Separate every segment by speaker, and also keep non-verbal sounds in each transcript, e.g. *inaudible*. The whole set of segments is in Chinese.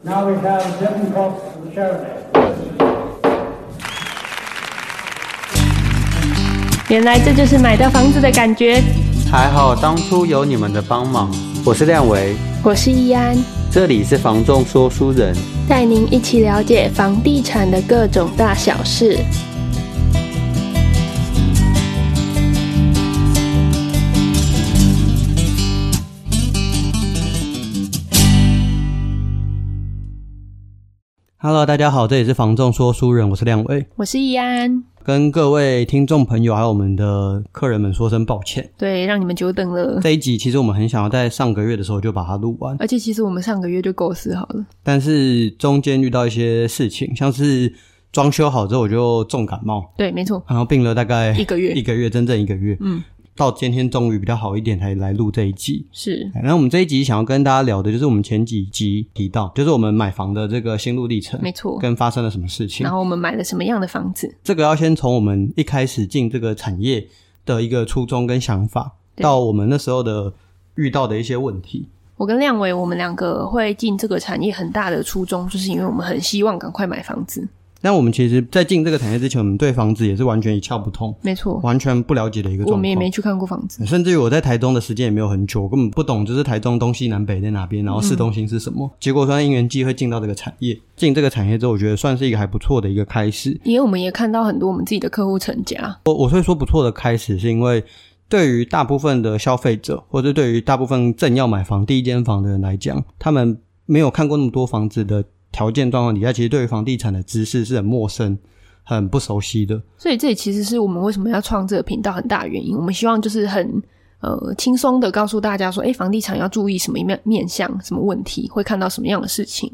Speaker 1: Now we have Devon Cox for the Sheridan.
Speaker 2: 原来这就是买到房子的感觉。
Speaker 3: 还好当初有你们的帮忙。我是亮维，
Speaker 2: 我是易安，
Speaker 3: 这里是房仲说书人。
Speaker 2: 带您一起了解房地产的各种大小事。
Speaker 3: Hello，大家好，这里是房仲说书人，我是亮维，
Speaker 2: 我是易安，
Speaker 3: 跟各位听众朋友还有我们的客人们说声抱歉。
Speaker 2: 对，让你们久等了。
Speaker 3: 这一集其实我们很想要在上个月的时候就把它录完，
Speaker 2: 而且其实我们上个月就构思好了，
Speaker 3: 但是中间遇到一些事情，像是装修好之后我就重感冒，
Speaker 2: 对，没错，
Speaker 3: 然后病了大概
Speaker 2: 一个月
Speaker 3: 一个月整整一个月，
Speaker 2: 嗯，
Speaker 3: 到今天终于比较好一点才来录这一集。
Speaker 2: 是
Speaker 3: 哎那我们这一集想要跟大家聊的就是我们前几集提到，就是我们买房的这个心路历程，
Speaker 2: 没错。
Speaker 3: 嗯跟发生了什么事情
Speaker 2: 然。后我们买了什么样的房子？
Speaker 3: 这个要先从我们一开始进这个产业的一个初衷跟想法，
Speaker 2: 对
Speaker 3: 到我们那时候的遇到的一些问题。
Speaker 2: 我跟亮伟，我们两个会进这个产业很大的初衷，就是因为我们很希望赶快买房子。
Speaker 3: 但我们其实，在进这个产业之前，我们对房子也是完全一窍不通，
Speaker 2: 没错，
Speaker 3: 完全不了解的一个
Speaker 2: 我
Speaker 3: 状
Speaker 2: 们也
Speaker 3: 况
Speaker 2: 没。去看过房子。
Speaker 3: 甚至于我在台中的时间也没有很久，我根本不懂就是台中东西南北在哪边，然后
Speaker 2: 嗯
Speaker 3: 市中心是什么。结果算因缘际会进到这个产业，进这个产业之后，我觉得算是一个还不错的一个开始。
Speaker 2: 因为我们也看到很多我们自己的客户成家，
Speaker 3: 我我会说不错的开始，是因为对于大部分的消费者，或者对于大部分正要买房第一间房的人来讲，他们没有看过那么多房子的条件状况底下，其实对于房地产的知识是很陌生、很不熟悉的。
Speaker 2: 所以这也其实是我们为什么要创这个频道很大的原因。我们希望就是很呃轻松的告诉大家说，哎，房地产要注意什么面面向、什么问题，会看到什么样的事情。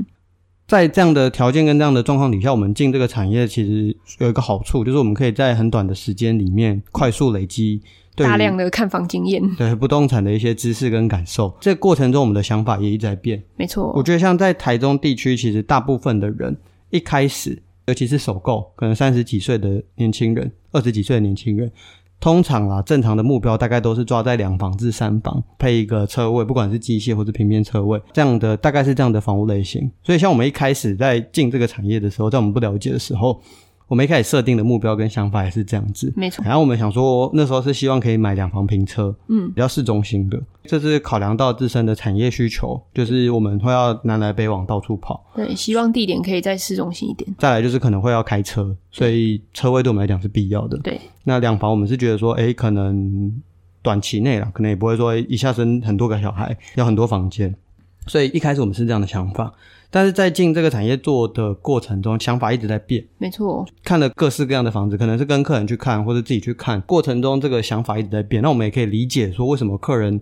Speaker 3: 在这样的条件跟这样的状况底下，我们进这个产业其实有一个好处，就是我们可以在很短的时间里面快速累积对于
Speaker 2: 大量的看房经验，
Speaker 3: 对不动产的一些知识跟感受。这个过程中，我们的想法也一直在变。
Speaker 2: 没
Speaker 3: 我
Speaker 2: 错，
Speaker 3: 觉得像在台中地区，其实大部分的人一开始，尤其是首购，可能三十几岁的年轻人、二十几岁的年轻人，通常啦，正常的目标大概都是抓在两房至三房，配一个车位，不管是机械或是平面车位，这样的大概是这样的房屋类型。所以像我们一开始在进这个产业的时候，在我们不了解的时候，我们一开始设定的目标跟想法也是这样子。
Speaker 2: 没错，
Speaker 3: 然后我们想说，那时候是希望可以买两房平车，
Speaker 2: 嗯，
Speaker 3: 比较市中心的。这是考量到自身的产业需求，就是我们会要南来北往到处跑，
Speaker 2: 对，希望地点可以在市中心一点。
Speaker 3: 再来就是可能会要开车，所以车位对我们来讲是必要的。
Speaker 2: 对，
Speaker 3: 那两房我们是觉得说，诶，可能短期内啦，可能也不会说一下生很多个小孩，要很多房间，所以一开始我们是这样的想法。但是在进这个产业做的过程中，想法一直在变。
Speaker 2: 没错，
Speaker 3: 看了各式各样的房子，可能是跟客人去看，或者自己去看，过程中这个想法一直在变。那我们也可以理解说，为什么客人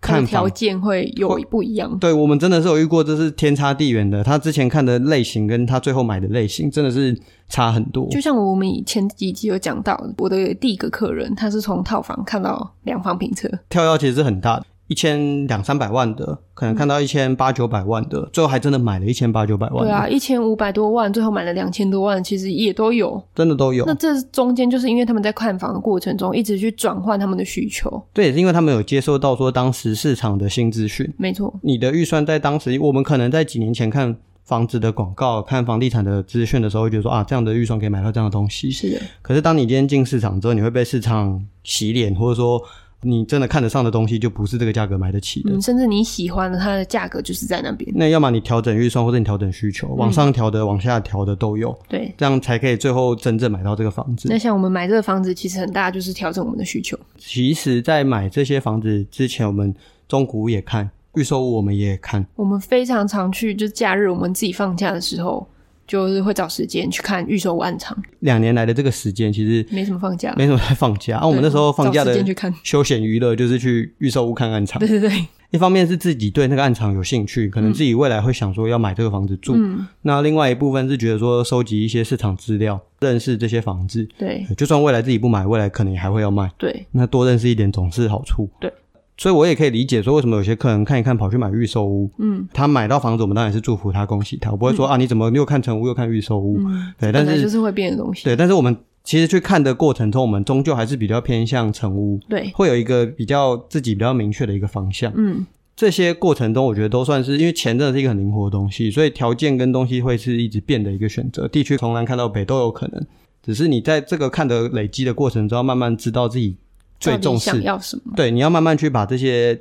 Speaker 2: 它
Speaker 3: 看
Speaker 2: 的条
Speaker 3: 房，
Speaker 2: 件会有
Speaker 3: 会
Speaker 2: 不一样。
Speaker 3: 对我们真的是有遇过，这是天差地远的。他之前看的类型跟他最后买的类型真的是差很多。
Speaker 2: 就像我们以前几集有讲到，我的第一个客人他是从套房看到两房平车，
Speaker 3: 跳跃其实是很大的，一千两三百万的，可能看到一千八九百万的，最后还真的买了一千八九百万
Speaker 2: 对
Speaker 3: 的，
Speaker 2: 啊，一千五百多万，最后买了两千多万，其实也都有。
Speaker 3: 真的都有
Speaker 2: 那。这中间就是因为他们在看房的过程中一直去转换他们的需求，
Speaker 3: 这也是因为他们有接收到说当时市场的新资讯，
Speaker 2: 没错，
Speaker 3: 你的预算在当时，我们可能在几年前看房子的广告、看房地产的资讯的时候，会觉得说啊，这样的预算可以买到这样的东西。
Speaker 2: 是的，
Speaker 3: 可是当你今天进市场之后，你会被市场洗脸，或者说你真的看得上的东西就不是这个价格买得起的。
Speaker 2: 嗯，甚至你喜欢的它的价格就是在那边，
Speaker 3: 那要么你调整预算，或者你调整需求，往上调的、往下调的都有，
Speaker 2: 对。
Speaker 3: 这样才可以最后真正买到这个房子
Speaker 2: 那。像我们买这个房子，其实很大就是调整我们的需求，
Speaker 3: 其实，在买这些房子之前，我们中古屋也看，预售屋我们也看，
Speaker 2: 我们非常常去，就是假日我们自己放假的时候，就是会找时间去看预售暗场，
Speaker 3: 两年来的这个时间，其实
Speaker 2: 没什么放假，
Speaker 3: 没什么在放假。啊，我们那时候放假
Speaker 2: 找
Speaker 3: 的
Speaker 2: 时间去看，
Speaker 3: 休闲娱乐就是去预售屋看暗场
Speaker 2: 对。对对，
Speaker 3: 一方面是自己对那个暗场有兴趣，可能自己未来会想说要买这个房子住。
Speaker 2: 嗯，
Speaker 3: 那另外一部分是觉得说收集一些市场资料，认识这些房子。
Speaker 2: 对
Speaker 3: 就算未来自己不买，未来可能也还会要卖。
Speaker 2: 对，
Speaker 3: 那多认识一点总是好处。
Speaker 2: 对。
Speaker 3: 所以我也可以理解说，为什么有些客人看一看跑去买预售屋，
Speaker 2: 嗯，
Speaker 3: 他买到房子，我们当然是祝福他、恭喜他，我不会说、啊你怎么又看成屋又看预售屋，
Speaker 2: 嗯，
Speaker 3: 对，哎但
Speaker 2: 本来
Speaker 3: 是、
Speaker 2: 就是会变的东西，
Speaker 3: 对，但是我们其实去看的过程中，我们终究还是比较偏向成屋，
Speaker 2: 对，
Speaker 3: 会有一个比较自己比较明确的一个方向。
Speaker 2: 嗯，
Speaker 3: 这些过程中，我觉得都算是因为钱真的是一个很灵活的东西，所以条件跟东西会是一直变的一个选择。地区从南看到北都有可能，只是你在这个看的累积的过程中，要慢慢知道自己最
Speaker 2: 到底
Speaker 3: 重
Speaker 2: 想
Speaker 3: 视
Speaker 2: 要什么。
Speaker 3: 对，你要慢慢去把这些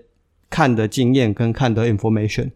Speaker 3: 看的经验跟看的 information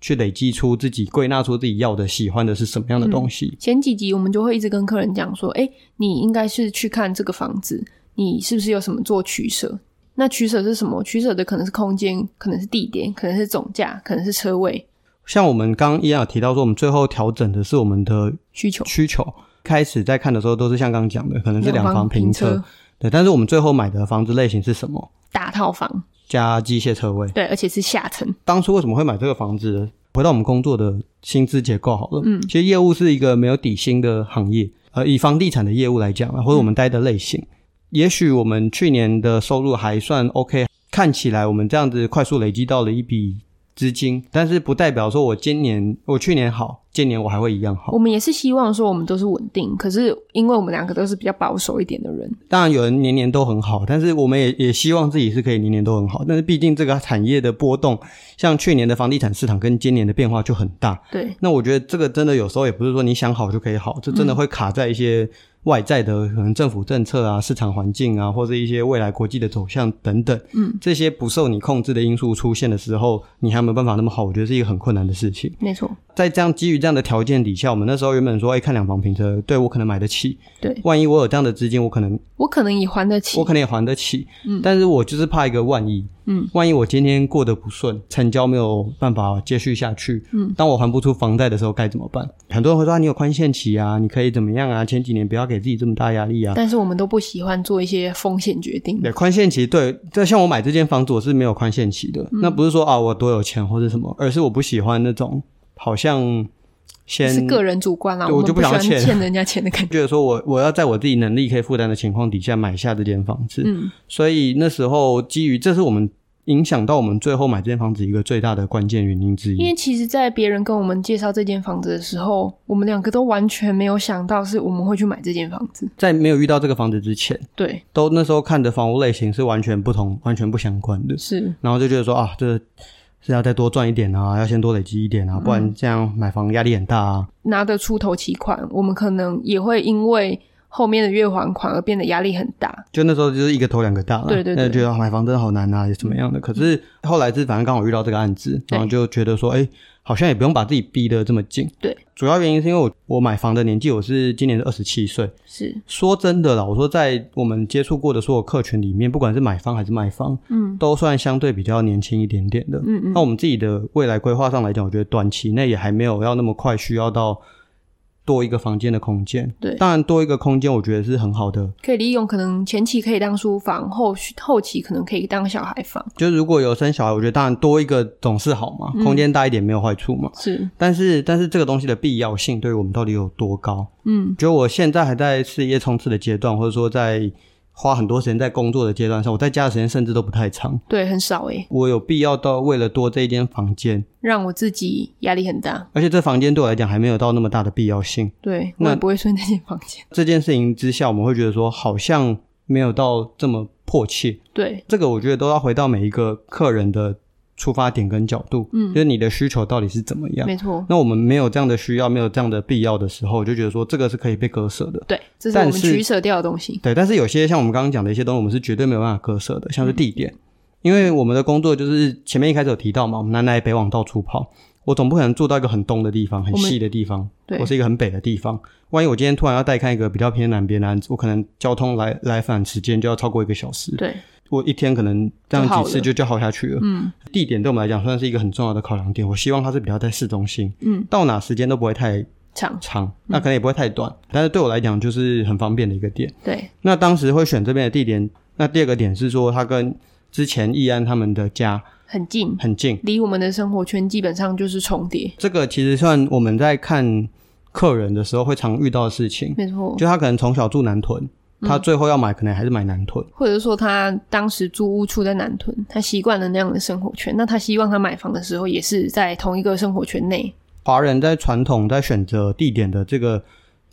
Speaker 3: 去累积出自己归纳出自己要的、喜欢的是什么样的
Speaker 2: 嗯
Speaker 3: 东西。
Speaker 2: 前几集我们就会一直跟客人讲说，哎，你应该是去看这个房子，你是不是有什么做取舍？那取舍是什么？取舍的可能是空间，可能是地点，可能是总价，可能是车位
Speaker 3: 像我们刚刚一样有提到说，我们最后调整的是我们的
Speaker 2: 需求。
Speaker 3: 需求。开始在看的时候都是像刚刚讲的，可能是两
Speaker 2: 房
Speaker 3: 房平
Speaker 2: 车
Speaker 3: 车，对。但是我们最后买的房子类型是什么？
Speaker 2: 大套房，
Speaker 3: 加机械车位。
Speaker 2: 对，而且是下层，
Speaker 3: 当初为什么会买这个房子？回到我们工作的薪资结构好了，
Speaker 2: 嗯
Speaker 3: 其实业务是一个没有底薪的行业，呃，以房地产的业务来讲啊，或者我们待的类型，也许我们去年的收入还算 OK，看起来我们这样子快速累积到了一笔资金，但是不代表说我今年我去年好，今年我还会一样好
Speaker 2: 我。们也是希望说我们都是稳定，可是因为我们两个都是比较保守一点的人，
Speaker 3: 当然有人年年都很好，但是我们也也希望自己是可以年年都很好，但是毕竟这个产业的波动，像去年的房地产市场跟今年的变化就很大，
Speaker 2: 对，
Speaker 3: 那我觉得这个真的有时候也不是说你想好就可以好，这真的会卡在一些外在的可能政府政策啊、市场环境啊，或者一些未来国际的走向等等，
Speaker 2: 嗯，
Speaker 3: 这些不受你控制的因素出现的时候，你还没有办法那么好，我觉得是一个很困难的事情。
Speaker 2: 没错，
Speaker 3: 在这样基于这样的条件底下，我们那时候原本说，哎、看两房平车，对我可能买得起，
Speaker 2: 对
Speaker 3: 万一我有这样的资金，我可能
Speaker 2: 我可能也还得起
Speaker 3: 我，可能也还得起，嗯，但是我就是怕一个万一，嗯，万一我今天过得不顺，成交没有办法接续下去，嗯，当我还不出房贷的时候该怎么办？很多人会说、啊、你有宽限期啊，你可以怎么样啊？前几年不要给自己这么大压力啊。
Speaker 2: 但是我们都不喜欢做一些风险决定，
Speaker 3: 对，宽限期对，这像我买这间房子我是没有宽限期的，
Speaker 2: 嗯
Speaker 3: 那不是说啊我多有钱或者什么，而是我不喜欢那种好像先
Speaker 2: 是个人主观啦，
Speaker 3: 对
Speaker 2: 我
Speaker 3: 我就
Speaker 2: 们不
Speaker 3: 不
Speaker 2: 喜
Speaker 3: 想
Speaker 2: 欢
Speaker 3: 要欠
Speaker 2: 欠人家钱的感觉。
Speaker 3: 觉得说我我要在我自己能力可以负担的情况底下买下这间房子，
Speaker 2: 嗯，
Speaker 3: 所以那时候基于这是我们影响到我们最后买这间房子一个最大的关键原因之
Speaker 2: 因
Speaker 3: 一。
Speaker 2: 为其实，在别人跟我们介绍这间房子的时候，我们两个都完全没有想到是我们会去买这间房子。
Speaker 3: 在没有遇到这个房子之前，
Speaker 2: 对，
Speaker 3: 都那时候看的房屋类型是完全不同、完全不相关的，
Speaker 2: 是
Speaker 3: 然后就觉得说啊，这是要再多赚一点啊，要先多累积一点啊，不然
Speaker 2: 嗯
Speaker 3: 这样买房压力很大啊。
Speaker 2: 拿得出头期款，我们可能也会因为后面的月还款而变得压力很大。
Speaker 3: 就那时候就是一个头两个大了，
Speaker 2: 对对对
Speaker 3: 那就觉得啊买房真的好难啊，也怎么样的。可是后来是反正刚好遇到这个案子，
Speaker 2: 对
Speaker 3: 然后就觉得说，哎、好像也不用把自己逼得这么紧。
Speaker 2: 对，
Speaker 3: 主要原因是因为我我买房的年纪我是今年是二十七岁，
Speaker 2: 是，
Speaker 3: 说真的啦，我说在我们接触过的所有客群里面，不管是买方还是卖方，
Speaker 2: 嗯，
Speaker 3: 都算相对比较年轻一点点的。
Speaker 2: 嗯嗯
Speaker 3: 那我们自己的未来规划上来讲，我觉得短期内也还没有要那么快需要到多一个房间的空间。
Speaker 2: 对
Speaker 3: 当然多一个空间，我觉得是很好的。
Speaker 2: 可以利用可能前期可以当书房，后续后期可能可以当小孩房。
Speaker 3: 就是如果有生小孩，我觉得当然多一个总是好嘛，空间大一点没有坏处嘛。
Speaker 2: 是，
Speaker 3: 但是，但是这个东西的必要性对于我们到底有多高？
Speaker 2: 嗯，
Speaker 3: 觉得我现在还在事业冲刺的阶段，或者说在花很多时间在工作的阶段上，我在家的时间甚至都不太长。
Speaker 2: 对，很少诶、
Speaker 3: 我有必要到为了多这一间房间，
Speaker 2: 让我自己压力很大。
Speaker 3: 而且这房间对我来讲还没有到那么大的必要性。
Speaker 2: 对，我也
Speaker 3: 那
Speaker 2: 不会睡那间房间。
Speaker 3: 这件事情之下，我们会觉得说好像没有到这么迫切。
Speaker 2: 对，
Speaker 3: 这个我觉得都要回到每一个客人的出发点跟角度，嗯，就是你的需求到底是怎么样。
Speaker 2: 没错。
Speaker 3: 那我们没有这样的需要，没有这样的必要的时候，我就觉得说这个是可以被割舍的。
Speaker 2: 对，这是我
Speaker 3: 但
Speaker 2: 们
Speaker 3: 是
Speaker 2: 取舍掉的东西。
Speaker 3: 对，但是有些像我们刚刚讲的一些东西，我们是绝对没有办法割舍的，像是地点，因为我们的工作就是前面一开始有提到嘛，我们南来北往到处跑，我总不可能住到一个很东的地方、很
Speaker 2: 我们
Speaker 3: 西的地方，
Speaker 2: 对
Speaker 3: 或是一个很北的地方。万一我今天突然要带看一个比较偏南边的案子，我可能交通来来返时间就要超过一个小时，
Speaker 2: 对，
Speaker 3: 我一天可能这
Speaker 2: 就耗
Speaker 3: 样
Speaker 2: 了
Speaker 3: 几次就就耗下去了。嗯，地点对我们来讲算是一个很重要的考量点，我希望它是比较在市中心，
Speaker 2: 嗯，
Speaker 3: 到哪时间都不会太
Speaker 2: 长，
Speaker 3: 长，那可能也不会太短，但是对我来讲就是很方便的一个点。
Speaker 2: 对，
Speaker 3: 那当时会选这边的地点，那第二个点是说，它跟之前易安他们的家
Speaker 2: 很近，
Speaker 3: 很近。
Speaker 2: 离我们的生活圈基本上就是重叠。
Speaker 3: 这个其实算我们在看客人的时候会常遇到的事情，
Speaker 2: 没错，
Speaker 3: 就他可能从小住南屯，他最后要买可能还是买南屯。
Speaker 2: 或者说他当时租屋处在南屯，他习惯了那样的生活圈，那他希望他买房的时候也是在同一个生活圈内。
Speaker 3: 华人在传统在选择地点的这个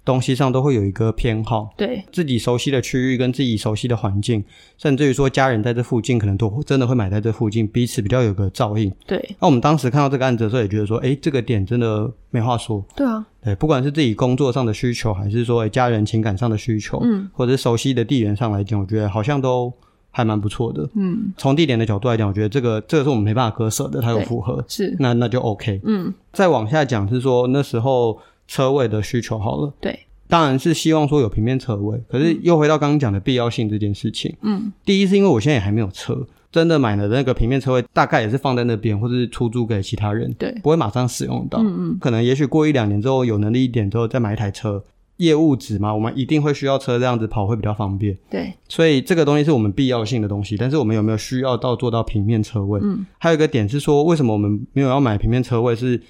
Speaker 3: 东西上都会有一个偏好，
Speaker 2: 对
Speaker 3: 自己熟悉的区域跟自己熟悉的环境，甚至于说家人在这附近可能都真的会买在这附近，彼此比较有个照应。
Speaker 2: 对
Speaker 3: 那我们当时看到这个案子的时候，也觉得说，诶，这个点真的没话说。
Speaker 2: 对啊，
Speaker 3: 对，不管是自己工作上的需求，还是说诶家人情感上的需求，
Speaker 2: 嗯，
Speaker 3: 或者是熟悉的地缘上来讲，我觉得好像都还蛮不错的。
Speaker 2: 嗯，
Speaker 3: 从地点的角度来讲，我觉得这个这个是我们没办法割舍的，它有
Speaker 2: 对
Speaker 3: 符合，
Speaker 2: 是
Speaker 3: 那那就 OK。
Speaker 2: 嗯
Speaker 3: 再往下讲是说那时候车位的需求好了，
Speaker 2: 对，
Speaker 3: 当然是希望说有平面车位，可是又回到刚刚讲的必要性这件事情。
Speaker 2: 嗯
Speaker 3: 第一是因为我现在也还没有车，真的买了那个平面车位，大概也是放在那边或者是出租给其他人，
Speaker 2: 对
Speaker 3: 不会马上使用到。
Speaker 2: 嗯嗯
Speaker 3: 可能也许过一两年之后有能力一点之后再买一台车，业务值嘛，我们一定会需要车，这样子跑会比较方便。
Speaker 2: 对
Speaker 3: 所以这个东西是我们必要性的东西，但是我们有没有需要到做到平面车位？
Speaker 2: 嗯，
Speaker 3: 还有一个点是说，为什么我们没有要买平面车位是？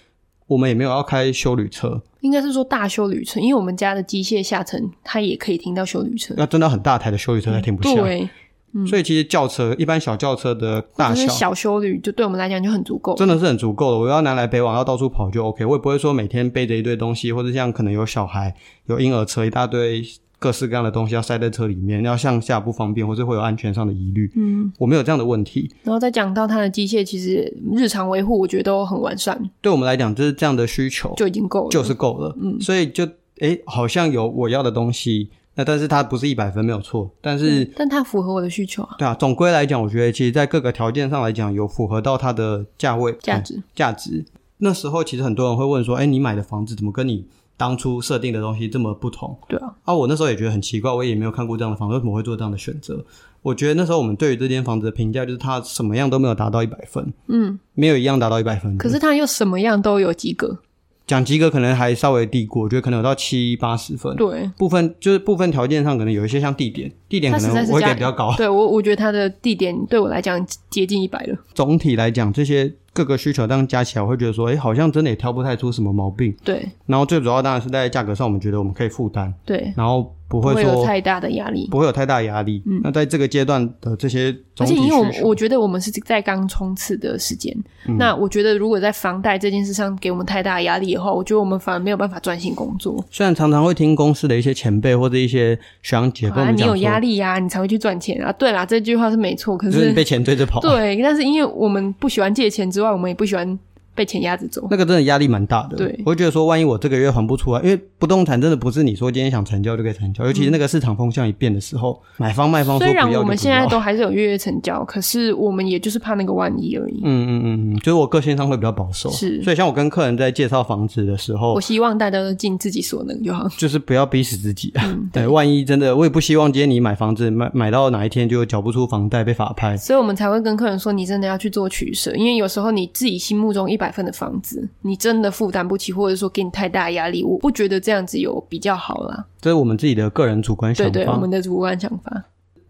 Speaker 3: 我们也没有要开修旅车，
Speaker 2: 应该是说大修旅程，因为我们家的机械下层它也可以停到修旅车，
Speaker 3: 要真的很大台的修旅车才停不下。
Speaker 2: 嗯对，嗯
Speaker 3: 所以其实轿车，一般小轿车的大
Speaker 2: 就
Speaker 3: 小
Speaker 2: 是小修旅就对我们来讲就很足够，
Speaker 3: 真的是很足够的。我要拿来北往，要到处跑就 OK。我也不会说每天背着一堆东西，或者像可能有小孩、有婴儿车一大堆各式各样的东西要塞在车里面，要向下不方便，或是会有安全上的疑虑。
Speaker 2: 嗯，
Speaker 3: 我没有这样的问题。
Speaker 2: 然后再讲到它的机械，其实日常维护我觉得都很完善，
Speaker 3: 对我们来讲，就是这样的需求
Speaker 2: 就已经够了，
Speaker 3: 哦就是够了。
Speaker 2: 嗯
Speaker 3: 所以就诶，好像有我要的东西，那但是它不是一百分没有错，但是。
Speaker 2: 但它符合我的需求啊，
Speaker 3: 对啊，总归来讲，我觉得其实在各个条件上来讲，有符合到它的价位、
Speaker 2: 价
Speaker 3: 嗯
Speaker 2: 值，
Speaker 3: 价值。那时候其实很多人会问说，哎，你买的房子怎么跟你当初设定的东西这么不同？
Speaker 2: 对啊，
Speaker 3: 啊，我那时候也觉得很奇怪，我也没有看过这样的房子，为什么会做这样的选择？我觉得那时候我们对于这间房子的评价就是它什么样都没有达到一百分，
Speaker 2: 嗯，
Speaker 3: 没有一样达到一百分的。
Speaker 2: 可是它又什么样都有及格，
Speaker 3: 讲及格可能还稍微低过，我觉得可能有到七八十分。
Speaker 2: 对，
Speaker 3: 部分就是部分条件上可能有一些像地点，地点
Speaker 2: 它
Speaker 3: 可
Speaker 2: 实
Speaker 3: 能
Speaker 2: 在是
Speaker 3: 我会
Speaker 2: 加
Speaker 3: 给比较高。
Speaker 2: 对我，我觉得它的地点对我来讲接近一百了。
Speaker 3: 总体来讲，这些各个需求这样加起来，我会觉得说，哎，好像真的也挑不太出什么毛病。
Speaker 2: 对
Speaker 3: 然后最主要当然是在价格上，我们觉得我们可以负担，
Speaker 2: 对，
Speaker 3: 然后不会
Speaker 2: 会有
Speaker 3: 说
Speaker 2: 太大的压力。
Speaker 3: 不会有太大压力。那在这个阶段的这些
Speaker 2: 而
Speaker 3: 总
Speaker 2: 且
Speaker 3: 体
Speaker 2: 因为
Speaker 3: 需
Speaker 2: 我
Speaker 3: 求，
Speaker 2: 我觉得我们是在刚冲刺的时间，
Speaker 3: 嗯
Speaker 2: 那我觉得如果在房贷这件事上给我们太大的压力的话，我觉得我们反而没有办法专心工作。
Speaker 3: 虽然常常会听公司的一些前辈或者一些学长姐跟我
Speaker 2: 啊，
Speaker 3: 们
Speaker 2: 你
Speaker 3: 讲
Speaker 2: 有压
Speaker 3: 说，
Speaker 2: 力呀、你才会去赚钱啊。对啦，这句话是没错，可
Speaker 3: 就是
Speaker 2: 是
Speaker 3: 你被钱追着跑，
Speaker 2: 对，但是因为我们不喜欢借钱之外，我们也不喜欢被钱压着走。
Speaker 3: 那个真的压力蛮大的。
Speaker 2: 对
Speaker 3: 我会觉得说，万一我这个月还不出来，因为不动产真的不是你说今天想成交就可以成交，尤其是那个市场风向一变的时候，买方卖方哦说
Speaker 2: 虽
Speaker 3: 不要
Speaker 2: 然
Speaker 3: 就
Speaker 2: 我们
Speaker 3: 不
Speaker 2: 现在
Speaker 3: 要
Speaker 2: 都还是有月月成交，可是我们也就是怕那个万一而已。
Speaker 3: 嗯嗯嗯，嗯，就是我个性上会比较保守，
Speaker 2: 是
Speaker 3: 所以像我跟客人在介绍房子的时候
Speaker 2: 我，希望大家都尽自己所能就好。
Speaker 3: 就是不要逼死自己。 *laughs*
Speaker 2: 嗯，
Speaker 3: 对，万一真的，我也不希望今天你买房子买买到哪一天就缴不出房贷被法拍。
Speaker 2: 所以我们才会跟客人说，你真的要去做取舍，因为有时候你自己心目中一百分的房子，你真的负担不起，或者说给你太大压力，我不觉得这样子有比较好啦。
Speaker 3: 这是我们自己的个人主观想
Speaker 2: 对
Speaker 3: 法。
Speaker 2: 对，我们的主观想法。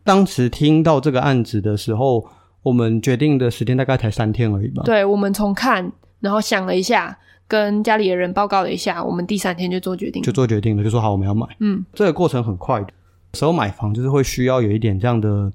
Speaker 3: 当时听到这个案子的时候，我们决定的时间大概才三天而已吧。
Speaker 2: 对我们从看，然后想了一下，跟家里的人报告了一下，我们第三天就做决定。
Speaker 3: 就做决定了，就说好我们要买。
Speaker 2: 嗯，
Speaker 3: 这个过程很快的。有时候买房就是会需要有一点这样的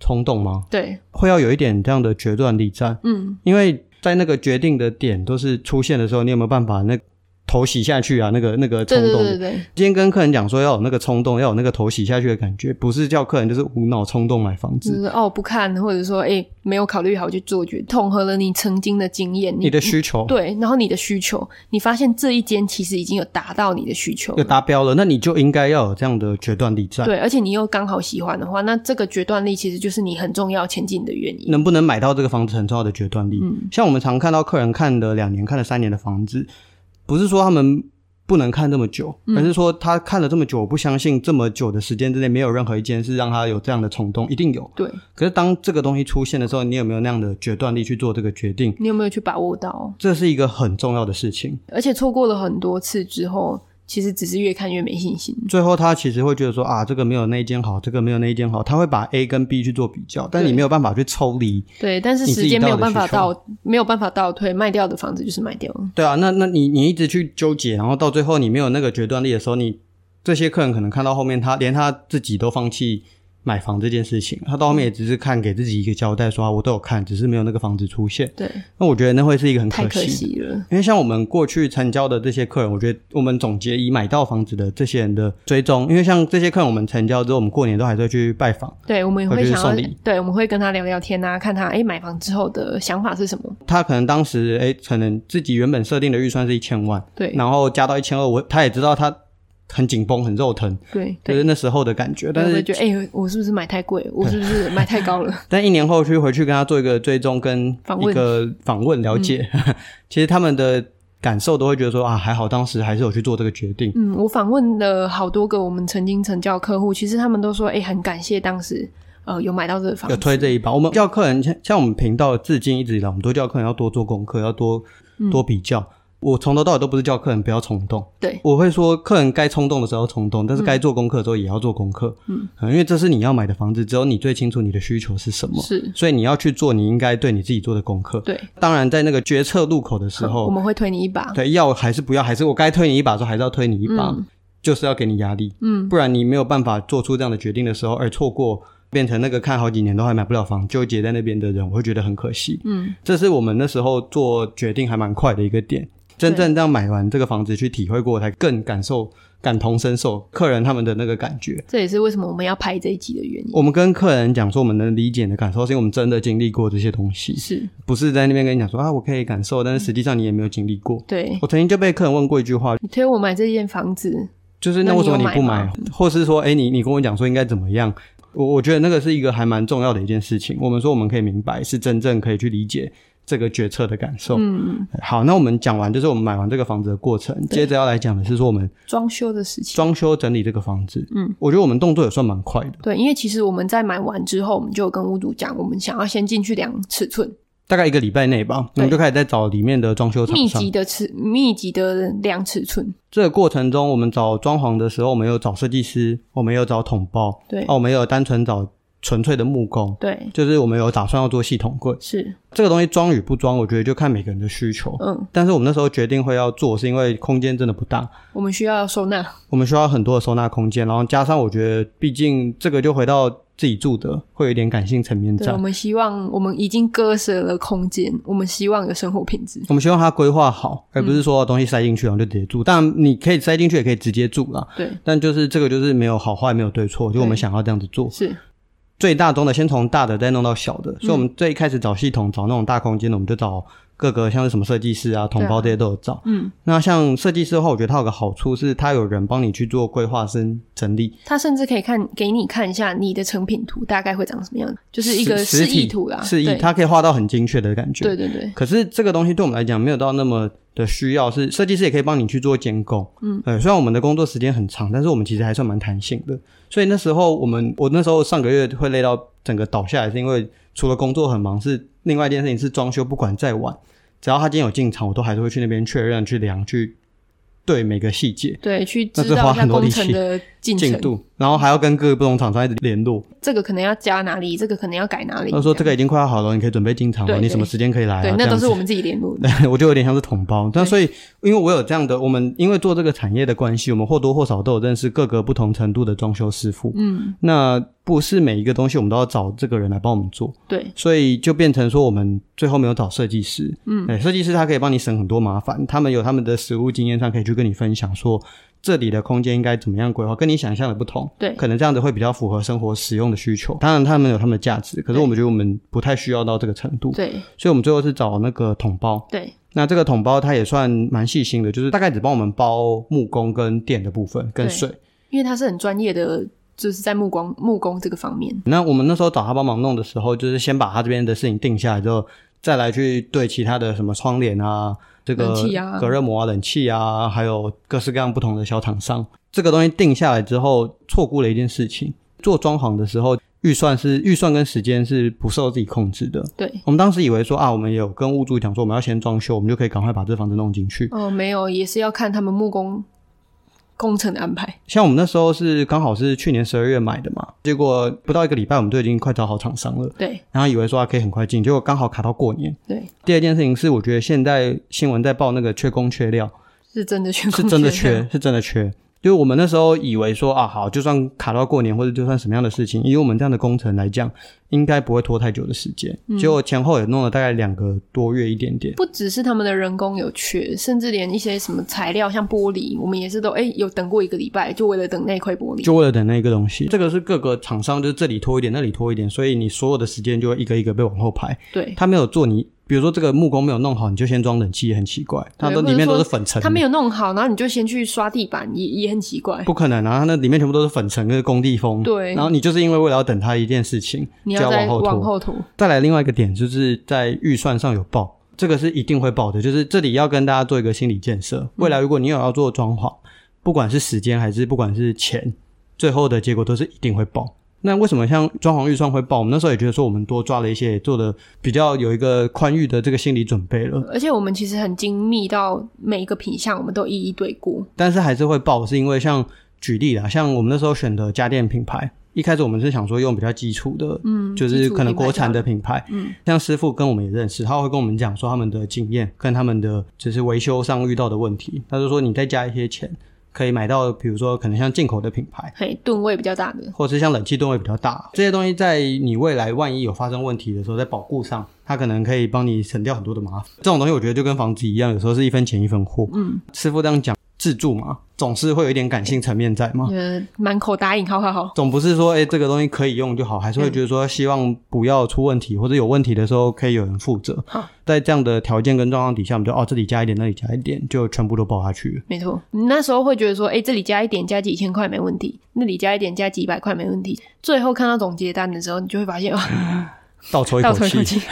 Speaker 3: 冲动吗？
Speaker 2: 对，
Speaker 3: 会要有一点这样的决断力在。
Speaker 2: 嗯，
Speaker 3: 因为在那个决定的点都是出现的时候，你有没有办法那头洗下去啊？那个那个冲
Speaker 2: 对
Speaker 3: 动
Speaker 2: 对
Speaker 3: 的，
Speaker 2: 对对对，
Speaker 3: 今天跟客人讲说要有那个冲动，要有那个头洗下去的感觉，不是叫客人就是无脑冲动买房
Speaker 2: 就
Speaker 3: 子。
Speaker 2: 是哦不看，或者说哎、没有考虑好就做决定，统合了你曾经的经验，
Speaker 3: 你的需求
Speaker 2: 对，然后你的需求，你发现这一间其实已经有达到你的需求
Speaker 3: 就
Speaker 2: 了。
Speaker 3: 达标了，那你就应该要有这样的决断力在。
Speaker 2: 对，而且你又刚好喜欢的话，那这个决断力其实就是你很重要前进的原因。
Speaker 3: 能不能买到这个房子很重要的决断力。
Speaker 2: 嗯
Speaker 3: 像我们常看到客人看了两年、看了三年的房子，不是说他们不能看这么久，
Speaker 2: 嗯
Speaker 3: 而是说他看了这么久，我不相信这么久的时间之内没有任何一间是让他有这样的冲动，一定有。
Speaker 2: 对
Speaker 3: 可是当这个东西出现的时候，你有没有那样的决断力去做这个决定？
Speaker 2: 你有没有去把握到？
Speaker 3: 这是一个很重要的事情。
Speaker 2: 而且错过了很多次之后，其实只是越看越没信心。
Speaker 3: 最后他其实会觉得说啊，这个没有那一间好，这个没有那一间好，他会把 A 跟 B 去做比较，但
Speaker 2: 对
Speaker 3: 你没有办法去抽离。
Speaker 2: 对，但是
Speaker 3: 你自
Speaker 2: 时
Speaker 3: 己
Speaker 2: 间没有
Speaker 3: 到的
Speaker 2: 办
Speaker 3: 需
Speaker 2: 法
Speaker 3: 求
Speaker 2: 倒，没有办法倒退，卖掉的房子就是卖掉了。
Speaker 3: 对啊，那那你你一直去纠结，然后到最后你没有那个决断力的时候，你这些客人可能看到后面他连他自己都放弃买房这件事情，他到后面也只是看给自己一个交代说啊我都有看，只是没有那个房子出现。
Speaker 2: 对，
Speaker 3: 那我觉得那会是一个很
Speaker 2: 太
Speaker 3: 可
Speaker 2: 可
Speaker 3: 惜的
Speaker 2: 惜了。
Speaker 3: 因为像我们过去成交的这些客人，我觉得我们总结以买到房子的这些人的追踪，因为像这些客人，我们成交之后，我们过年都还是会去拜访。
Speaker 2: 对，我们也
Speaker 3: 我
Speaker 2: 会
Speaker 3: 觉得
Speaker 2: 想要
Speaker 3: 送礼，
Speaker 2: 对，我们会跟他聊聊天啊，看他哎买房之后的想法是什么。
Speaker 3: 他可能当时哎，可能自己原本设定的预算是一千万，
Speaker 2: 对，
Speaker 3: 然后加到一千二，我他也知道他很紧绷、很肉疼，
Speaker 2: 对
Speaker 3: 就
Speaker 2: 对，
Speaker 3: 是那时候的感觉。但
Speaker 2: 我会
Speaker 3: 是
Speaker 2: 觉得哎，我是不是买太贵？我是不是买太高
Speaker 3: *laughs*
Speaker 2: 了？
Speaker 3: 但一年后去回去跟他做一个追踪跟
Speaker 2: 访
Speaker 3: 一
Speaker 2: 问嗯
Speaker 3: 个访问了解， *laughs* 其实他们的感受都会觉得说啊，还好当时还是有去做这个决定。
Speaker 2: 嗯，我访问了好多个我们曾经成交客户，其实他们都说，哎、很感谢当时呃有买到这个房
Speaker 3: 有
Speaker 2: 子，
Speaker 3: 推这一把。我们教客人像像我们频道至今一直以来，我们都叫客人要多做功课，要多
Speaker 2: 嗯
Speaker 3: 多比较。我从头到尾都不是叫客人不要冲动，
Speaker 2: 对嗯
Speaker 3: 我会说客人该冲动的时候冲动，但是该做功课的时候也要做功课。嗯，因为这是你要买的房子，只有你最清楚你的需求是什么，
Speaker 2: 是，
Speaker 3: 所以你要去做你应该对你自己做的功课。
Speaker 2: 对，
Speaker 3: 当然，在那个决策路口的
Speaker 2: 嗯
Speaker 3: 时
Speaker 2: 我
Speaker 3: 候，
Speaker 2: 们会推你一把，
Speaker 3: 哦对要还是不要，还是我该推你一把的时候，还是要推你一把，
Speaker 2: 嗯
Speaker 3: 就是要给你压力。
Speaker 2: 嗯，
Speaker 3: 不然你没有办法做出这样的决定的时候，而错过变成那个看好几年都还买不了房，纠结在那边的人，我会觉得很可惜。
Speaker 2: 嗯，
Speaker 3: 这是我们那时候做决定还蛮快的一个点。真正这样买完这个房子去体会过，才更感受、感同身受客人他们的那个感觉。
Speaker 2: 这也是为什么我们要拍这一集的原因，
Speaker 3: 我们跟客人讲说我们能理解你的感受，是因为我们真的经历过这些东西，
Speaker 2: 是
Speaker 3: 不是在那边跟你讲说啊，我可以感受，但是实际上你也没有经历过。
Speaker 2: 对
Speaker 3: 我曾经就被客人问过一句话，
Speaker 2: 你推我买这间房子，
Speaker 3: 就是
Speaker 2: 那
Speaker 3: 那
Speaker 2: 你
Speaker 3: 为什么
Speaker 2: 有
Speaker 3: 你
Speaker 2: 买
Speaker 3: 不
Speaker 2: 吗
Speaker 3: 买，或是说，哎、你你跟我讲说应该怎么样？我我觉得那个是一个还蛮重要的一件事情。我们说我们可以明白，是真正可以去理解这个决策的感受。
Speaker 2: 嗯，
Speaker 3: 好，那我们讲完就是我们买完这个房子的过程，接着要来讲的是说我们
Speaker 2: 装修的事情。
Speaker 3: 装修整理这个房子。
Speaker 2: 嗯，
Speaker 3: 我觉得我们动作也算蛮快的，
Speaker 2: 对，因为其实我们在买完之后，我们就有跟屋主讲，我们想要先进去量尺寸，
Speaker 3: 大概一个礼拜内吧，我
Speaker 2: 对
Speaker 3: 们就开始在找里面的装修厂
Speaker 2: 密
Speaker 3: 商
Speaker 2: 集。的尺，密集的量尺寸，
Speaker 3: 这个过程中，我们找装潢的时候，我们有找设计师，我们有找桶包，
Speaker 2: 对
Speaker 3: 哦，我们有单纯找纯粹的木工，
Speaker 2: 对，
Speaker 3: 就是我们有打算要做系统柜。
Speaker 2: 是，
Speaker 3: 这个东西装与不装，我觉得就看每个人的需求。
Speaker 2: 嗯，
Speaker 3: 但是我们那时候决定会要做，是因为空间真的不大，
Speaker 2: 我们需要收纳，
Speaker 3: 我们需要很多的收纳空间，然后加上我觉得，毕竟这个就回到自己住的，会有一点感性层面
Speaker 2: 对，我
Speaker 3: 在。
Speaker 2: 们希望我们已经割舍了空间，我们希望有生活品质。
Speaker 3: 我们希望它规划好，而不是说东西塞进去然后就直接住。当然你可以塞进去，也可以直接住啦。
Speaker 2: 对，
Speaker 3: 但就是这个就是没有好坏，没有对错，就我们想要这样子做。
Speaker 2: 是
Speaker 3: 最大宗的先从大的再弄到小的，所以我们最一开始找系统，找那种大空间的，我们就找各个像是什么设计师啊、同胞这些都有找。
Speaker 2: 嗯，
Speaker 3: 那像设计师的话，我觉得它有个好处是，它有人帮你去做规划跟整理，
Speaker 2: 他甚至可以看给你看一下你的成品图大概会长什么样，就是一个
Speaker 3: 实实
Speaker 2: 示
Speaker 3: 体
Speaker 2: 意图啦，
Speaker 3: 示意
Speaker 2: 对
Speaker 3: 它可以画到很精确的感觉。
Speaker 2: 对对对，
Speaker 3: 可是这个东西对我们来讲没有到那么的需要，是设计师也可以帮你去做监工。嗯，呃，虽然我们的工作时间很长，但是我们其实还算蛮弹性的。所以那时候我们，我那时候上个月会累到整个倒下来，是因为除了工作很忙，是另外一件事情是装修，不管再晚，只要他今天有进场，我都还是会去那边确认、去量、去对每个细节。
Speaker 2: 对，去
Speaker 3: 那
Speaker 2: 知
Speaker 3: 是花
Speaker 2: 道一下
Speaker 3: 很多力
Speaker 2: 工
Speaker 3: 气
Speaker 2: 程的进程，
Speaker 3: 进度，然后还要跟各个不同厂商一直联络。
Speaker 2: 这个可能要加哪里，这个可能要改哪里。
Speaker 3: 他说这个已经快要好了，你可以准备进场
Speaker 2: 对
Speaker 3: 了，你
Speaker 2: 对
Speaker 3: 什么时间可以来、啊？
Speaker 2: 这样对，那都是我
Speaker 3: *laughs* 我
Speaker 2: 们自己联络的，
Speaker 3: 们，我就有点像是同胞。但所以，因为我有这样的，我们因为做这个产业的关系，我们或多或少都有认识各个不同程度的装修师傅。
Speaker 2: 嗯，
Speaker 3: 那不是每一个东西我们都要找这个人来帮我们做，
Speaker 2: 对
Speaker 3: 所以就变成说我们最后没有找设计师。嗯，哎，设计师他可以帮你省很多麻烦，他们有他们的实务经验上可以去跟你分享说。这里的空间应该怎么样规划，跟你想象的不同。
Speaker 2: 对
Speaker 3: 可能这样子会比较符合生活使用的需求。当然，他们有他们的价值，可是我们觉得我们不太需要到这个程度，
Speaker 2: 对
Speaker 3: 所以我们最后是找那个桶包。
Speaker 2: 对
Speaker 3: 那这个桶包它也算蛮细心的，就是大概只帮我们包木工跟电的部分跟
Speaker 2: 对
Speaker 3: 水。
Speaker 2: 因为他是很专业的，就是在木工木工这个方面，
Speaker 3: 那我们那时候找他帮忙弄的时候，就是先把他这边的事情定下来之后，再来去对其他的什么窗帘啊、这个
Speaker 2: 冷气啊
Speaker 3: 隔热膜啊、冷气啊，还有各式各样不同的小厂商，这个东西定下来之后，错过了一件事情，做装潢的时候。预算是预算跟时间是不受自己控制的。
Speaker 2: 对。
Speaker 3: 我们当时以为说啊，我们有跟屋主讲说我们要先装修，我们就可以赶快把这房子弄进去。
Speaker 2: 哦，没有，也是要看他们木工工程的安排。
Speaker 3: 像我们那时候是刚好是去年十二月买的嘛，结果不到一个礼拜，我们就已经快找好厂商了，
Speaker 2: 对
Speaker 3: 然后以为说啊可以很快进，结果刚好卡到过年。
Speaker 2: 对，
Speaker 3: 第二件事情是，我觉得现在新闻在报那个缺工缺料，
Speaker 2: 是真的缺，
Speaker 3: 是真的缺，，是真的缺。就是我们那时候以为说啊，好，就算卡到过年或者就算什么样的事情，以我们这样的工程来讲，应该不会拖太久的时间。
Speaker 2: 嗯
Speaker 3: 结果前后也弄了大概两个多月一点点。
Speaker 2: 不只是他们的人工有缺，甚至连一些什么材料，像玻璃，我们也是都哎、有等过一个礼拜，就为了等那块玻璃。
Speaker 3: 就为了等那一个东西，这个是各个厂商就是这里拖一点，那里拖一点，所以你所有的时间就会一个一个被往后排。
Speaker 2: 对，
Speaker 3: 他没有做你，比如说这个木工没有弄好，你就先装冷气也很奇怪，它
Speaker 2: 对
Speaker 3: 都
Speaker 2: 或者
Speaker 3: 里面都是
Speaker 2: 说
Speaker 3: 粉尘的，
Speaker 2: 他没有弄好，然后你就先去刷地板，也也很奇怪。
Speaker 3: 不可能啊，它那里面全部都是粉尘跟工地风。
Speaker 2: 对
Speaker 3: 然后你就是因为为了要等它一件事情，
Speaker 2: 你
Speaker 3: 就
Speaker 2: 要再
Speaker 3: 往后拖。
Speaker 2: 往后拖，
Speaker 3: 再来另外一个点，就是在预算上有报，这个是一定会报的。就是这里要跟大家做一个心理建
Speaker 2: 嗯
Speaker 3: 设，未来如果你有要做装潢，不管是时间还是不管是钱，最后的结果都是一定会报。那为什么像装潢预算会报？我们那时候也觉得说，我们多抓了一些，也做的比较有一个宽裕的这个心理准备了。
Speaker 2: 而且我们其实很精密到每一个品项，我们都一一对过。
Speaker 3: 但是还是会爆，是因为像举例啦，像我们那时候选的家电品牌，一开始我们是想说用比较基础的，嗯，就
Speaker 2: 基
Speaker 3: 是
Speaker 2: 础
Speaker 3: 可能
Speaker 2: 品牌
Speaker 3: 国产
Speaker 2: 就
Speaker 3: 的品牌，嗯，像师傅跟我们也认识，他会跟我们讲说他们的经验跟他们的就是维修上遇到的问题，他就说你再加一些钱，可以买到比如说可能像进口的品牌。
Speaker 2: 嘿，吨位比较大的，
Speaker 3: 或是像冷气吨位比较大，这些东西在你未来万一有发生问题的时候，在保固上，它可能可以帮你省掉很多的麻烦。这种东西我觉得就跟房子一样，有时候是一分钱一分货。嗯，师傅这样讲，自住嘛，总是会有一点感性层面在嘛。
Speaker 2: 呃，满口答应，好好好。
Speaker 3: 总不是说，哎、这个东西可以用就好，还是会觉得说，希望不要出问题，或者有问题的时候可以有人负责。
Speaker 2: 好
Speaker 3: 在这样的条件跟状况底下，我们就哦，这里加一点，那里加一点，就全部都包下去了。
Speaker 2: 没错，你那时候会觉得说，哎、这里加一点，加几千块没问题，那里加一点，加几百块没问题。最后看到总结单的时候，你就会发
Speaker 3: *laughs*
Speaker 2: 现，哇，
Speaker 3: 倒抽一
Speaker 2: 倒
Speaker 3: 口
Speaker 2: 抽一口
Speaker 3: 气， *laughs*
Speaker 2: 气。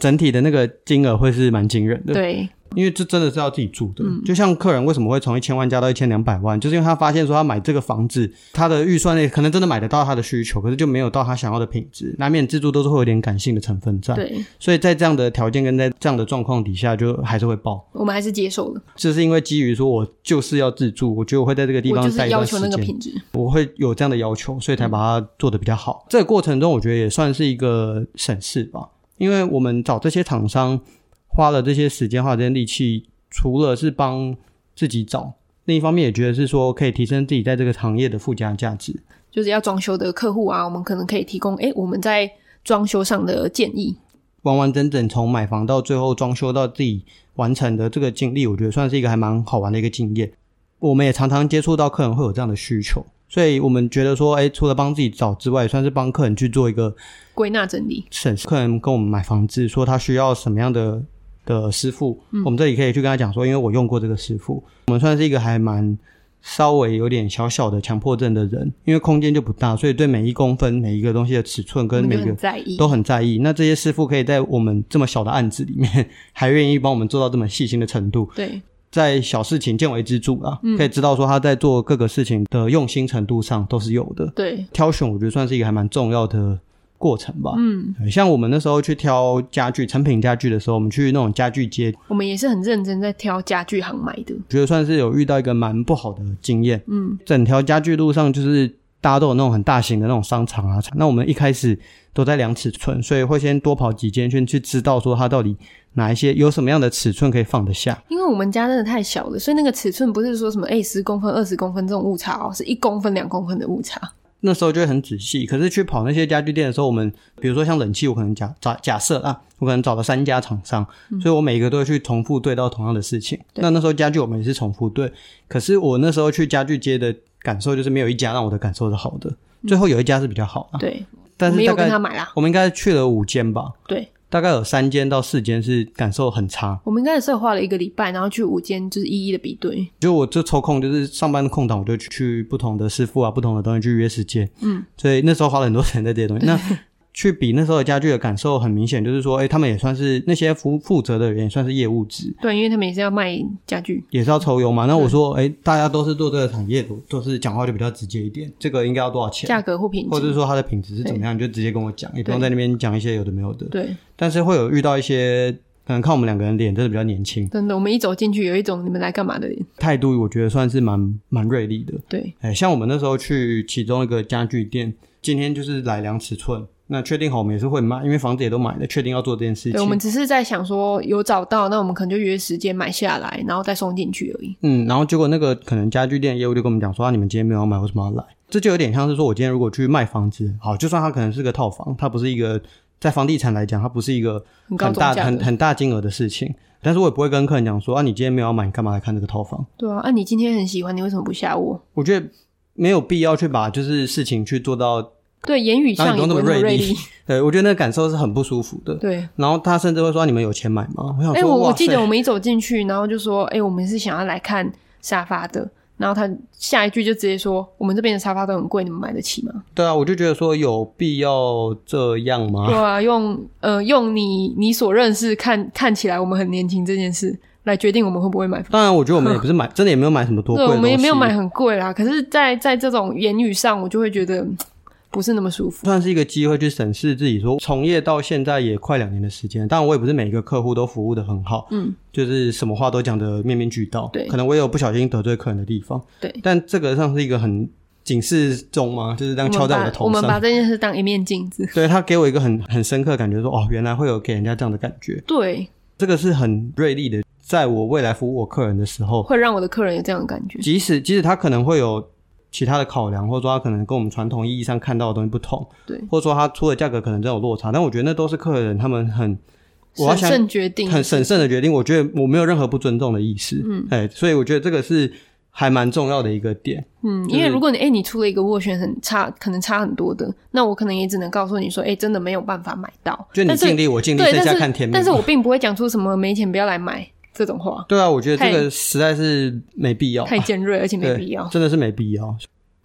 Speaker 3: 整体的那个金额会是蛮惊人的。
Speaker 2: 对，
Speaker 3: 因为这真的是要自己住的。
Speaker 2: 嗯
Speaker 3: 就像客人为什么会从一千万加到一千两百万，就是因为他发现说他买这个房子，他的预算内可能真的买得到他的需求，可是就没有到他想要的品质，难免自住都是会有点感性的成分在。
Speaker 2: 对，
Speaker 3: 所以在这样的条件跟在这样的状况底下，就还是会爆。
Speaker 2: 我们还是接受了，
Speaker 3: 这是因为基于说我就是要自住，我觉得我会在这个地
Speaker 2: 我
Speaker 3: 方
Speaker 2: 就
Speaker 3: 待
Speaker 2: 是
Speaker 3: 一
Speaker 2: 要
Speaker 3: 段
Speaker 2: 求
Speaker 3: 时
Speaker 2: 那个
Speaker 3: 间。
Speaker 2: 品质。
Speaker 3: 我会有这样的要求，所以才把它做得比较好。这个过程中，我觉得也算是一个省事吧，因为我们找这些厂商花了这些时间、花了这些力气，除了是帮自己找，另一方面也觉得是说可以提升自己在这个行业的附加价值。
Speaker 2: 就是要装修的客户啊，我们可能可以提供，哎、我们在装修上的建议。
Speaker 3: 完完整整从买房到最后装修到自己完成的这个经历，我觉得算是一个还蛮好玩的一个经验。我们也常常接触到客人会有这样的需求，所以我们觉得说，哎，除了帮自己找之外，也算是帮客人去做一个
Speaker 2: 归纳整理，
Speaker 3: 省客人跟我们买房子，说他需要什么样的的师傅，
Speaker 2: 嗯
Speaker 3: 我们这里可以去跟他讲说，因为我用过这个师傅，我们算是一个还蛮稍微有点小小的强迫症的人，因为空间就不大，所以对每一公分、每一个东西的尺寸
Speaker 2: 我
Speaker 3: 跟
Speaker 2: 们
Speaker 3: 每
Speaker 2: 就
Speaker 3: 一
Speaker 2: 很
Speaker 3: 个
Speaker 2: 在意。
Speaker 3: 都很在意。那这些师傅可以在我们这么小的案子里面， *laughs* 还愿意帮我们做到这么细心的程度，
Speaker 2: 对，
Speaker 3: 在小事情见微知著啊，
Speaker 2: 嗯
Speaker 3: 可以知道说他在做各个事情的用心程度上都是有的。
Speaker 2: 对，
Speaker 3: 挑选，我觉得算是一个还蛮重要的过程吧。嗯，像我们那时候去挑家具、成品家具的时候，我们去那种家具街，
Speaker 2: 我们也是很认真在挑家具行买的。
Speaker 3: 觉得算是有遇到一个蛮不好的经验。嗯，整条家具路上就是。大家都有那种很大型的那种商场啊，那我们一开始都在量尺寸，所以会先多跑几间去去知道说它到底哪一些有什么样的尺寸可以放得下。
Speaker 2: 因为我们家真的太小了，所以那个尺寸不是说什么哎十公分、二十公分这种误差哦，是一公分、两公分的误差。
Speaker 3: 那时候就会很仔细。可是去跑那些家具店的时候，我们比如说像冷气，我可能假假假设啊，我可能找了三家厂商，
Speaker 2: 嗯
Speaker 3: 所以我每一个都会去重复对到同样的事情。那那时候家具我们也是重复对，可是我那时候去家具街的感受就是没有一家让我的感受是好的，最后有一家是比较好啊，
Speaker 2: 对，
Speaker 3: 但
Speaker 2: 嗯没
Speaker 3: 是大
Speaker 2: 有跟他
Speaker 3: 概
Speaker 2: 买啦。
Speaker 3: 我们应该去了五间吧，
Speaker 2: 对，
Speaker 3: 大概有三间到四间是感受很差。
Speaker 2: 我们应该也是花了一个礼拜，然后去五间就是一一的比对。
Speaker 3: 就我就抽空，就是上班的空档，我就去去不同的师傅啊，不同的东西去约时间。嗯，所以那时候花了很多钱在这些东西。 *laughs* 那去比那时候的家具的感受很明显，就是说，哎、他们也算是那些负负责的人，也算是业务职，
Speaker 2: 对，因为他们也是要卖家具，
Speaker 3: 也是要抽佣嘛。那我说，哎、大家都是做这个产业的，都是讲话就比较直接一点，这个应该要多少钱，
Speaker 2: 价格或品
Speaker 3: 或者是
Speaker 2: 质。
Speaker 3: 说它的品质是怎么样，你就直接跟我讲，也不用在那边讲一些有的没有的。
Speaker 2: 对，
Speaker 3: 但是会有遇到一些，可能看我们两个人脸真的比较年轻，
Speaker 2: 真的，我们一走进去有一种你们来干嘛的脸。
Speaker 3: 态度我觉得算是蛮蛮锐利的。
Speaker 2: 对，
Speaker 3: 哎，像我们那时候去其中一个家具店，今天就是来量尺寸，那确定好，我们也是会买，因为房子也都买了，确定要做这件事
Speaker 2: 对，我们
Speaker 3: 情。
Speaker 2: 只是在想说有找到，那我们可能就约时间买下来，然后再送进去而已。
Speaker 3: 嗯，然后结果那个可能家具店业务就跟我们讲说，啊，你们今天没有要买，为什么要来？这就有点像是说我今天如果去卖房子，好，就算它可能是个套房，它不是一个在房地产来讲，它不是一个
Speaker 2: 很高
Speaker 3: 很
Speaker 2: 总
Speaker 3: 大
Speaker 2: 价
Speaker 3: 很
Speaker 2: 的，
Speaker 3: 很大金额的事情，但是我也不会跟客人讲说啊，你今天没有要买，你干嘛来看这个套房？
Speaker 2: 对啊。啊，你今天很喜欢，你为什么不下我？
Speaker 3: 我觉得没有必要去把就是事情去做到，
Speaker 2: 对，言语
Speaker 3: 然
Speaker 2: 上
Speaker 3: 后你
Speaker 2: 也
Speaker 3: 都
Speaker 2: 不会
Speaker 3: 那么
Speaker 2: 那么锐
Speaker 3: 锐利
Speaker 2: 利。，
Speaker 3: 对我觉得那个感受是很不舒服的。
Speaker 2: 对，
Speaker 3: 然后他甚至会说、啊你们有钱买吗？我想
Speaker 2: 哎、
Speaker 3: 说，
Speaker 2: 我
Speaker 3: 哇
Speaker 2: 我
Speaker 3: 塞
Speaker 2: 记得我们一走进去，然后就说，哎、我们是想要来看沙发的。然后他下一句就直接说：“我们这边的沙发都很贵，你们买得起吗
Speaker 3: 对啊，我就觉得说有必要这样？”
Speaker 2: 对
Speaker 3: 吗？
Speaker 2: 啊，用呃用你你所认识看看起来我们很年轻这件事来决定我们会不会买房。
Speaker 3: 当然，我觉得我们也不是买，真的也没有买什么多贵
Speaker 2: 对，
Speaker 3: 的
Speaker 2: 我们也
Speaker 3: 东
Speaker 2: 没有
Speaker 3: 西
Speaker 2: 买很贵啦。可是在，在这种言语上，我就会觉得嗯不是那么舒服。
Speaker 3: 算是一个机会去审视自己说从业到现在也快两年的时间，当然我也不是每一个客户都服务的很好，
Speaker 2: 嗯，
Speaker 3: 就是什么话都讲得面面俱到，
Speaker 2: 对
Speaker 3: 可能我也有不小心得罪客人的地方，
Speaker 2: 对
Speaker 3: 但这个上是一个很警示钟嘛，就是这样敲在我的
Speaker 2: 我
Speaker 3: 头
Speaker 2: 们把我们把
Speaker 3: 上，
Speaker 2: 这件事当一面镜子。
Speaker 3: 对他给我一个很很深刻的感觉说，哦，原来会有给人家这样的感觉，
Speaker 2: 对，
Speaker 3: 这个是很锐利的，在我未来服务我客人的时候，
Speaker 2: 会让我的客人有这样的感觉。
Speaker 3: 即使即使他可能会有其他的考量，或者说他可能跟我们传统意义上看到的东西不同，
Speaker 2: 对，
Speaker 3: 或者说他出的价格可能真的有落差，但我觉得那都是客人他们很我要
Speaker 2: 审
Speaker 3: 想
Speaker 2: 慎决定，
Speaker 3: 很审慎的决定，我觉得我没有任何不尊重的意思，嗯，哎，所以我觉得这个是还蛮重要的一个点，
Speaker 2: 嗯，因为如果你哎、你出了一个斡旋很差，可能差很多的，那我可能也只能告诉你说，哎、真的没有办法买到。
Speaker 3: 就你
Speaker 2: 但是
Speaker 3: 尽力，我尽力，
Speaker 2: 对，
Speaker 3: 剩
Speaker 2: 但
Speaker 3: 下
Speaker 2: 是
Speaker 3: 看天命。
Speaker 2: 但是我并不会讲出什么没钱不要来买这种话，
Speaker 3: 对啊，我觉得这
Speaker 2: 太
Speaker 3: 个实在是没必要，
Speaker 2: 太尖锐，而且没
Speaker 3: 哦对
Speaker 2: 必要。
Speaker 3: 真的是没必要。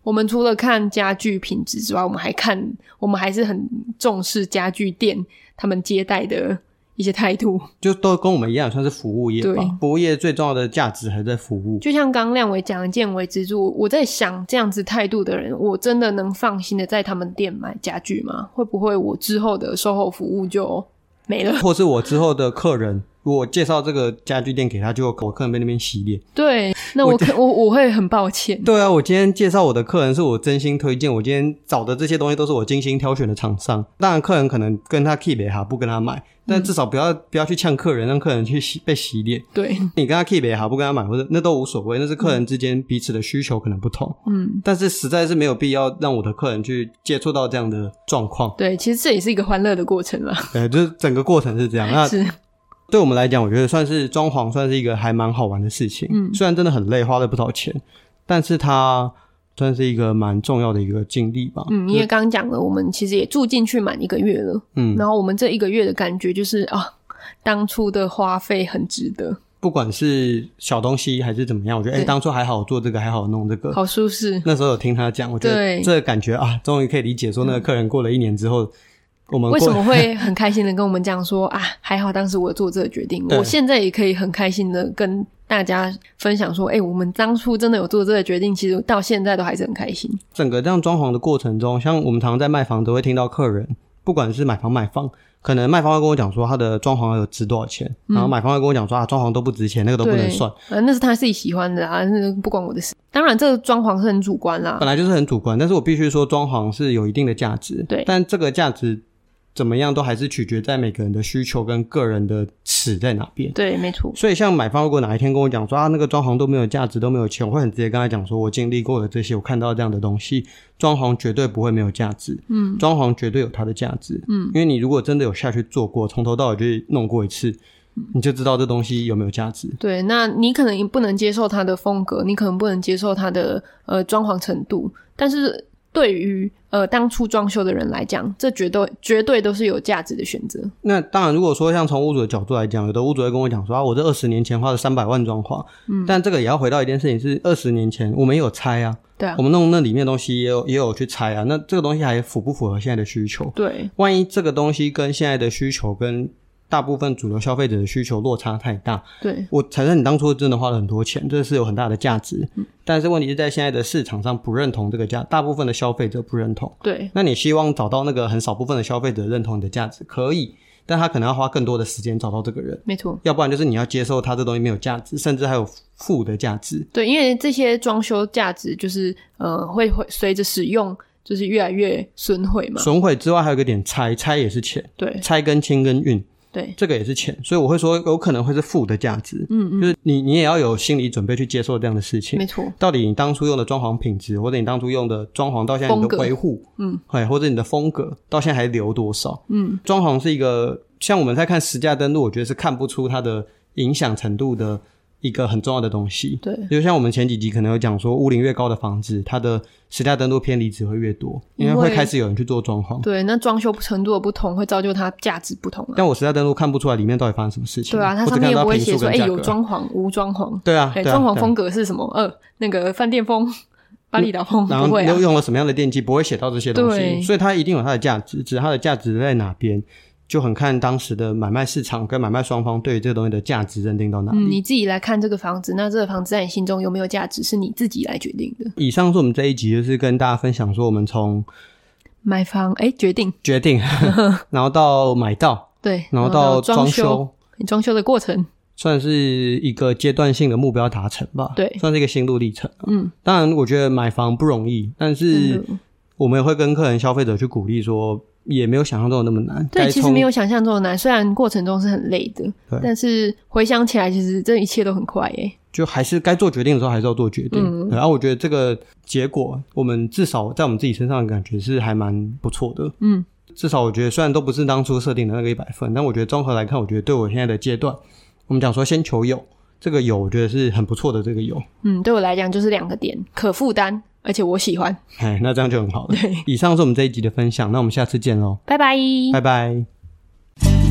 Speaker 2: 我们除了看家具品质之外，我们还看，我们还是很重视家具店他们接待的一些态度。
Speaker 3: 就都跟我们一样，算是服务业吧
Speaker 2: 对。
Speaker 3: 服务业最重要的价值还在服务。
Speaker 2: 就像刚亮伟讲的“见微知著”，我在想，这样子态度的人，我真的能放心的在他们店买家具吗？会不会我之后的售后服务就没了？ *laughs*
Speaker 3: 或是我之后的客人，如果介绍这个家具店给他，就我客人被那边洗脸。
Speaker 2: 对，那我可我我会很抱歉。
Speaker 3: 对啊，我今天介绍我的客人是我真心推荐，我今天找的这些东西都是我精心挑选的厂商。当然，客人可能跟他 keep 哈，不跟他买，
Speaker 2: 嗯
Speaker 3: 但至少不要不要去呛客人，让客人去洗被洗脸。
Speaker 2: 对，
Speaker 3: 你跟他 keep 哈，不跟他买，或者那都无所谓，那是客人之间彼此的需求可能不同。
Speaker 2: 嗯，
Speaker 3: 但是实在是没有必要让我的客人去接触到这样的状况。
Speaker 2: 对，其实这也是一个欢乐的过程啦。
Speaker 3: 呃，就是整个过程是这样。那
Speaker 2: 哎是，
Speaker 3: 对我们来讲，我觉得算是装潢，算是一个还蛮好玩的事情。
Speaker 2: 嗯
Speaker 3: 虽然真的很累，花了不少钱，但是它算是一个蛮重要的一个经历吧。
Speaker 2: 嗯，你也刚讲了，我们其实也住进去满一个月了，
Speaker 3: 嗯，
Speaker 2: 然后我们这一个月的感觉就是啊，当初的花费很值得，
Speaker 3: 不管是小东西还是怎么样，我觉得哎、
Speaker 2: 对
Speaker 3: 当初还好做这个，还好弄这个。
Speaker 2: 好舒适。
Speaker 3: 那时候有听他讲，我觉得
Speaker 2: 对嗯
Speaker 3: 这个感觉啊，终于可以理解说那个客人过了一年之后，我们
Speaker 2: 为
Speaker 3: 过
Speaker 2: 什么会很开心的跟我们讲说啊，还好当时我做这个决定，
Speaker 3: *laughs* 对
Speaker 2: 我现在也可以很开心的跟大家分享
Speaker 3: 嗯
Speaker 2: 说，哎、我们当初真的有做这个决定，其实到现在都还是很开心。
Speaker 3: 整个这样装潢的过程中，像我们常常在卖房都会听到客人，不管是买房卖房，可能卖方会跟我讲说他的装潢有值多少钱，然后买方会跟我讲说啊装潢都不值钱，那个都不能
Speaker 2: 嗯对，
Speaker 3: 算，
Speaker 2: 啊，那是他自己喜欢的啊，那不关我的事。当然，这个装潢是很主观啦
Speaker 3: 本，来就是很主观。但是我必须说装潢是有一定的价值，
Speaker 2: 对
Speaker 3: 但这个价值怎么样都还是取决在每个人的需求跟个人的尺在哪边。
Speaker 2: 对，没错，
Speaker 3: 所以，像买方如果哪一天跟我讲说啊，那个装潢都没有价值，都没有钱，我会很直接跟他讲说，我经历过的这些，我看到这样的东西，装潢绝对不会没有价值，嗯，装潢绝对有它的价值，嗯，因为你如果真的有下去做过，从头到尾去弄过一次，你就知道这东西有没有价值。
Speaker 2: 对。那你可能也不能接受他的风格，你可能不能接受他的呃装潢程度，但是对于呃当初装修的人来讲，这绝对绝对都是有价值的选择。
Speaker 3: 那当然，如果说像从屋主的角度来讲，有的屋主会跟我讲说啊，我这二十年前花了三百万装潢，嗯，但这个也要回到一件事情是，二十年前我们也有拆啊，
Speaker 2: 对啊
Speaker 3: 我，们弄那里面的东西也有也有去拆啊，那这个东西还符不符合现在的需求？
Speaker 2: 对，
Speaker 3: 万一这个东西跟现在的需求跟大部分主流消费者的需求落差太大，
Speaker 2: 对，
Speaker 3: 我承认你当初真的花了很多钱，这是有很大的价值，但是问题是在现在的市场上不认同这个价，大部分的消费者不认同。
Speaker 2: 对，
Speaker 3: 那你希望找到那个很少部分的消费者认同你的价值，可以，但他可能要花更多的时间找到这个人，
Speaker 2: 没错。
Speaker 3: 要不然就是你要接受他这东西没有价值，甚至还有负的价值。
Speaker 2: 对，因为这些装修价值就是呃，会会随着使用就是越来越损毁嘛。
Speaker 3: 损毁之外还有一个点拆，拆也是钱，
Speaker 2: 对
Speaker 3: 拆跟清跟运
Speaker 2: 对，
Speaker 3: 这个也是钱，所以我会说有可能会是负的价值。嗯嗯，就是你你也要有心理准备去接受这样的事情
Speaker 2: 没。错，
Speaker 3: 到底你当初用的装潢品质，或者你当初用的装潢到现在
Speaker 2: 风
Speaker 3: 你的
Speaker 2: 格
Speaker 3: 维护，
Speaker 2: 嗯，
Speaker 3: 哎，或者你的风格到现在还留多少？
Speaker 2: 嗯，
Speaker 3: 装潢是一个像我们在看实价登录，我觉得是看不出它的影响程度的一个很重要的东西。
Speaker 2: 对
Speaker 3: 就像我们前几集可能有讲说，屋龄越高的房子，它的实价登录偏离值会越多，因为
Speaker 2: 因
Speaker 3: 会
Speaker 2: 为
Speaker 3: 开始有人去做装潢。
Speaker 2: 对。那装修程度的不同，会造就它价值不同啊。
Speaker 3: 但我实价登录看不出来里面到底发生什么事情。
Speaker 2: 对啊，它
Speaker 3: 我只
Speaker 2: 上面
Speaker 3: 看
Speaker 2: 也
Speaker 3: 到
Speaker 2: 不会
Speaker 3: 平数
Speaker 2: 写说，
Speaker 3: 跟
Speaker 2: 哎、
Speaker 3: 价
Speaker 2: 有
Speaker 3: 格
Speaker 2: 装潢无装潢，
Speaker 3: 对啊，
Speaker 2: 对，
Speaker 3: 对啊
Speaker 2: 装潢
Speaker 3: 对啊
Speaker 2: 风格是什么？呃，那个饭店
Speaker 3: *laughs*
Speaker 2: 风、巴厘岛风，
Speaker 3: 然后
Speaker 2: 不会啊
Speaker 3: 又。用了什么样的电器，不会写到这些东西，
Speaker 2: 对
Speaker 3: 所以它一定有它的价值，只是它的价值在哪边，就很看当时的买卖市场跟买卖双方对于这个东西的价值认定到哪里。
Speaker 2: 嗯，你自己来看这个房子，那这个房子在你心中有没有价值，是你自己来决定的。
Speaker 3: 以上是我们这一集，就是跟大家分享说，我们从
Speaker 2: 买房，哎、决定 *laughs*
Speaker 3: 决定，然后到买到，
Speaker 2: 对，
Speaker 3: 然后
Speaker 2: 到
Speaker 3: 到
Speaker 2: 装
Speaker 3: 装
Speaker 2: 修，
Speaker 3: 修，
Speaker 2: 你装修的过程，
Speaker 3: 算是一个阶段性的目标达成吧，
Speaker 2: 对
Speaker 3: 算是一个心路历程。啊
Speaker 2: 嗯，
Speaker 3: 当然，我觉得买房不容易，但
Speaker 2: 真
Speaker 3: 是
Speaker 2: 的
Speaker 3: 我们也会跟客人、消费者去鼓励说，也没有想象中的那么难。
Speaker 2: 对，
Speaker 3: 该
Speaker 2: 其实
Speaker 3: 冲
Speaker 2: 没有嗯想象中的难，虽然过程中是很累的
Speaker 3: 对，
Speaker 2: 但是回想起来，其实这一切都很快哎、
Speaker 3: 就还是该做决定的时候还是要做决定。
Speaker 2: 嗯
Speaker 3: 然后我觉得这个结果，我们至少在我们自己身上的感觉是还蛮不错的。
Speaker 2: 嗯，
Speaker 3: 至少我觉得虽然都不是当初设定的那个一百分，但我觉得综合来看，我觉得对我现在的阶段，我们讲说先求有，这个有我觉得是很不错的这个有。
Speaker 2: 嗯，对我来讲就是两个点，可负担，而且我喜欢。
Speaker 3: 哎，那这样就很好了。
Speaker 2: 对，
Speaker 3: 以上是我们这一集的分享，那我们下次见喽，
Speaker 2: 拜拜。
Speaker 3: 拜拜。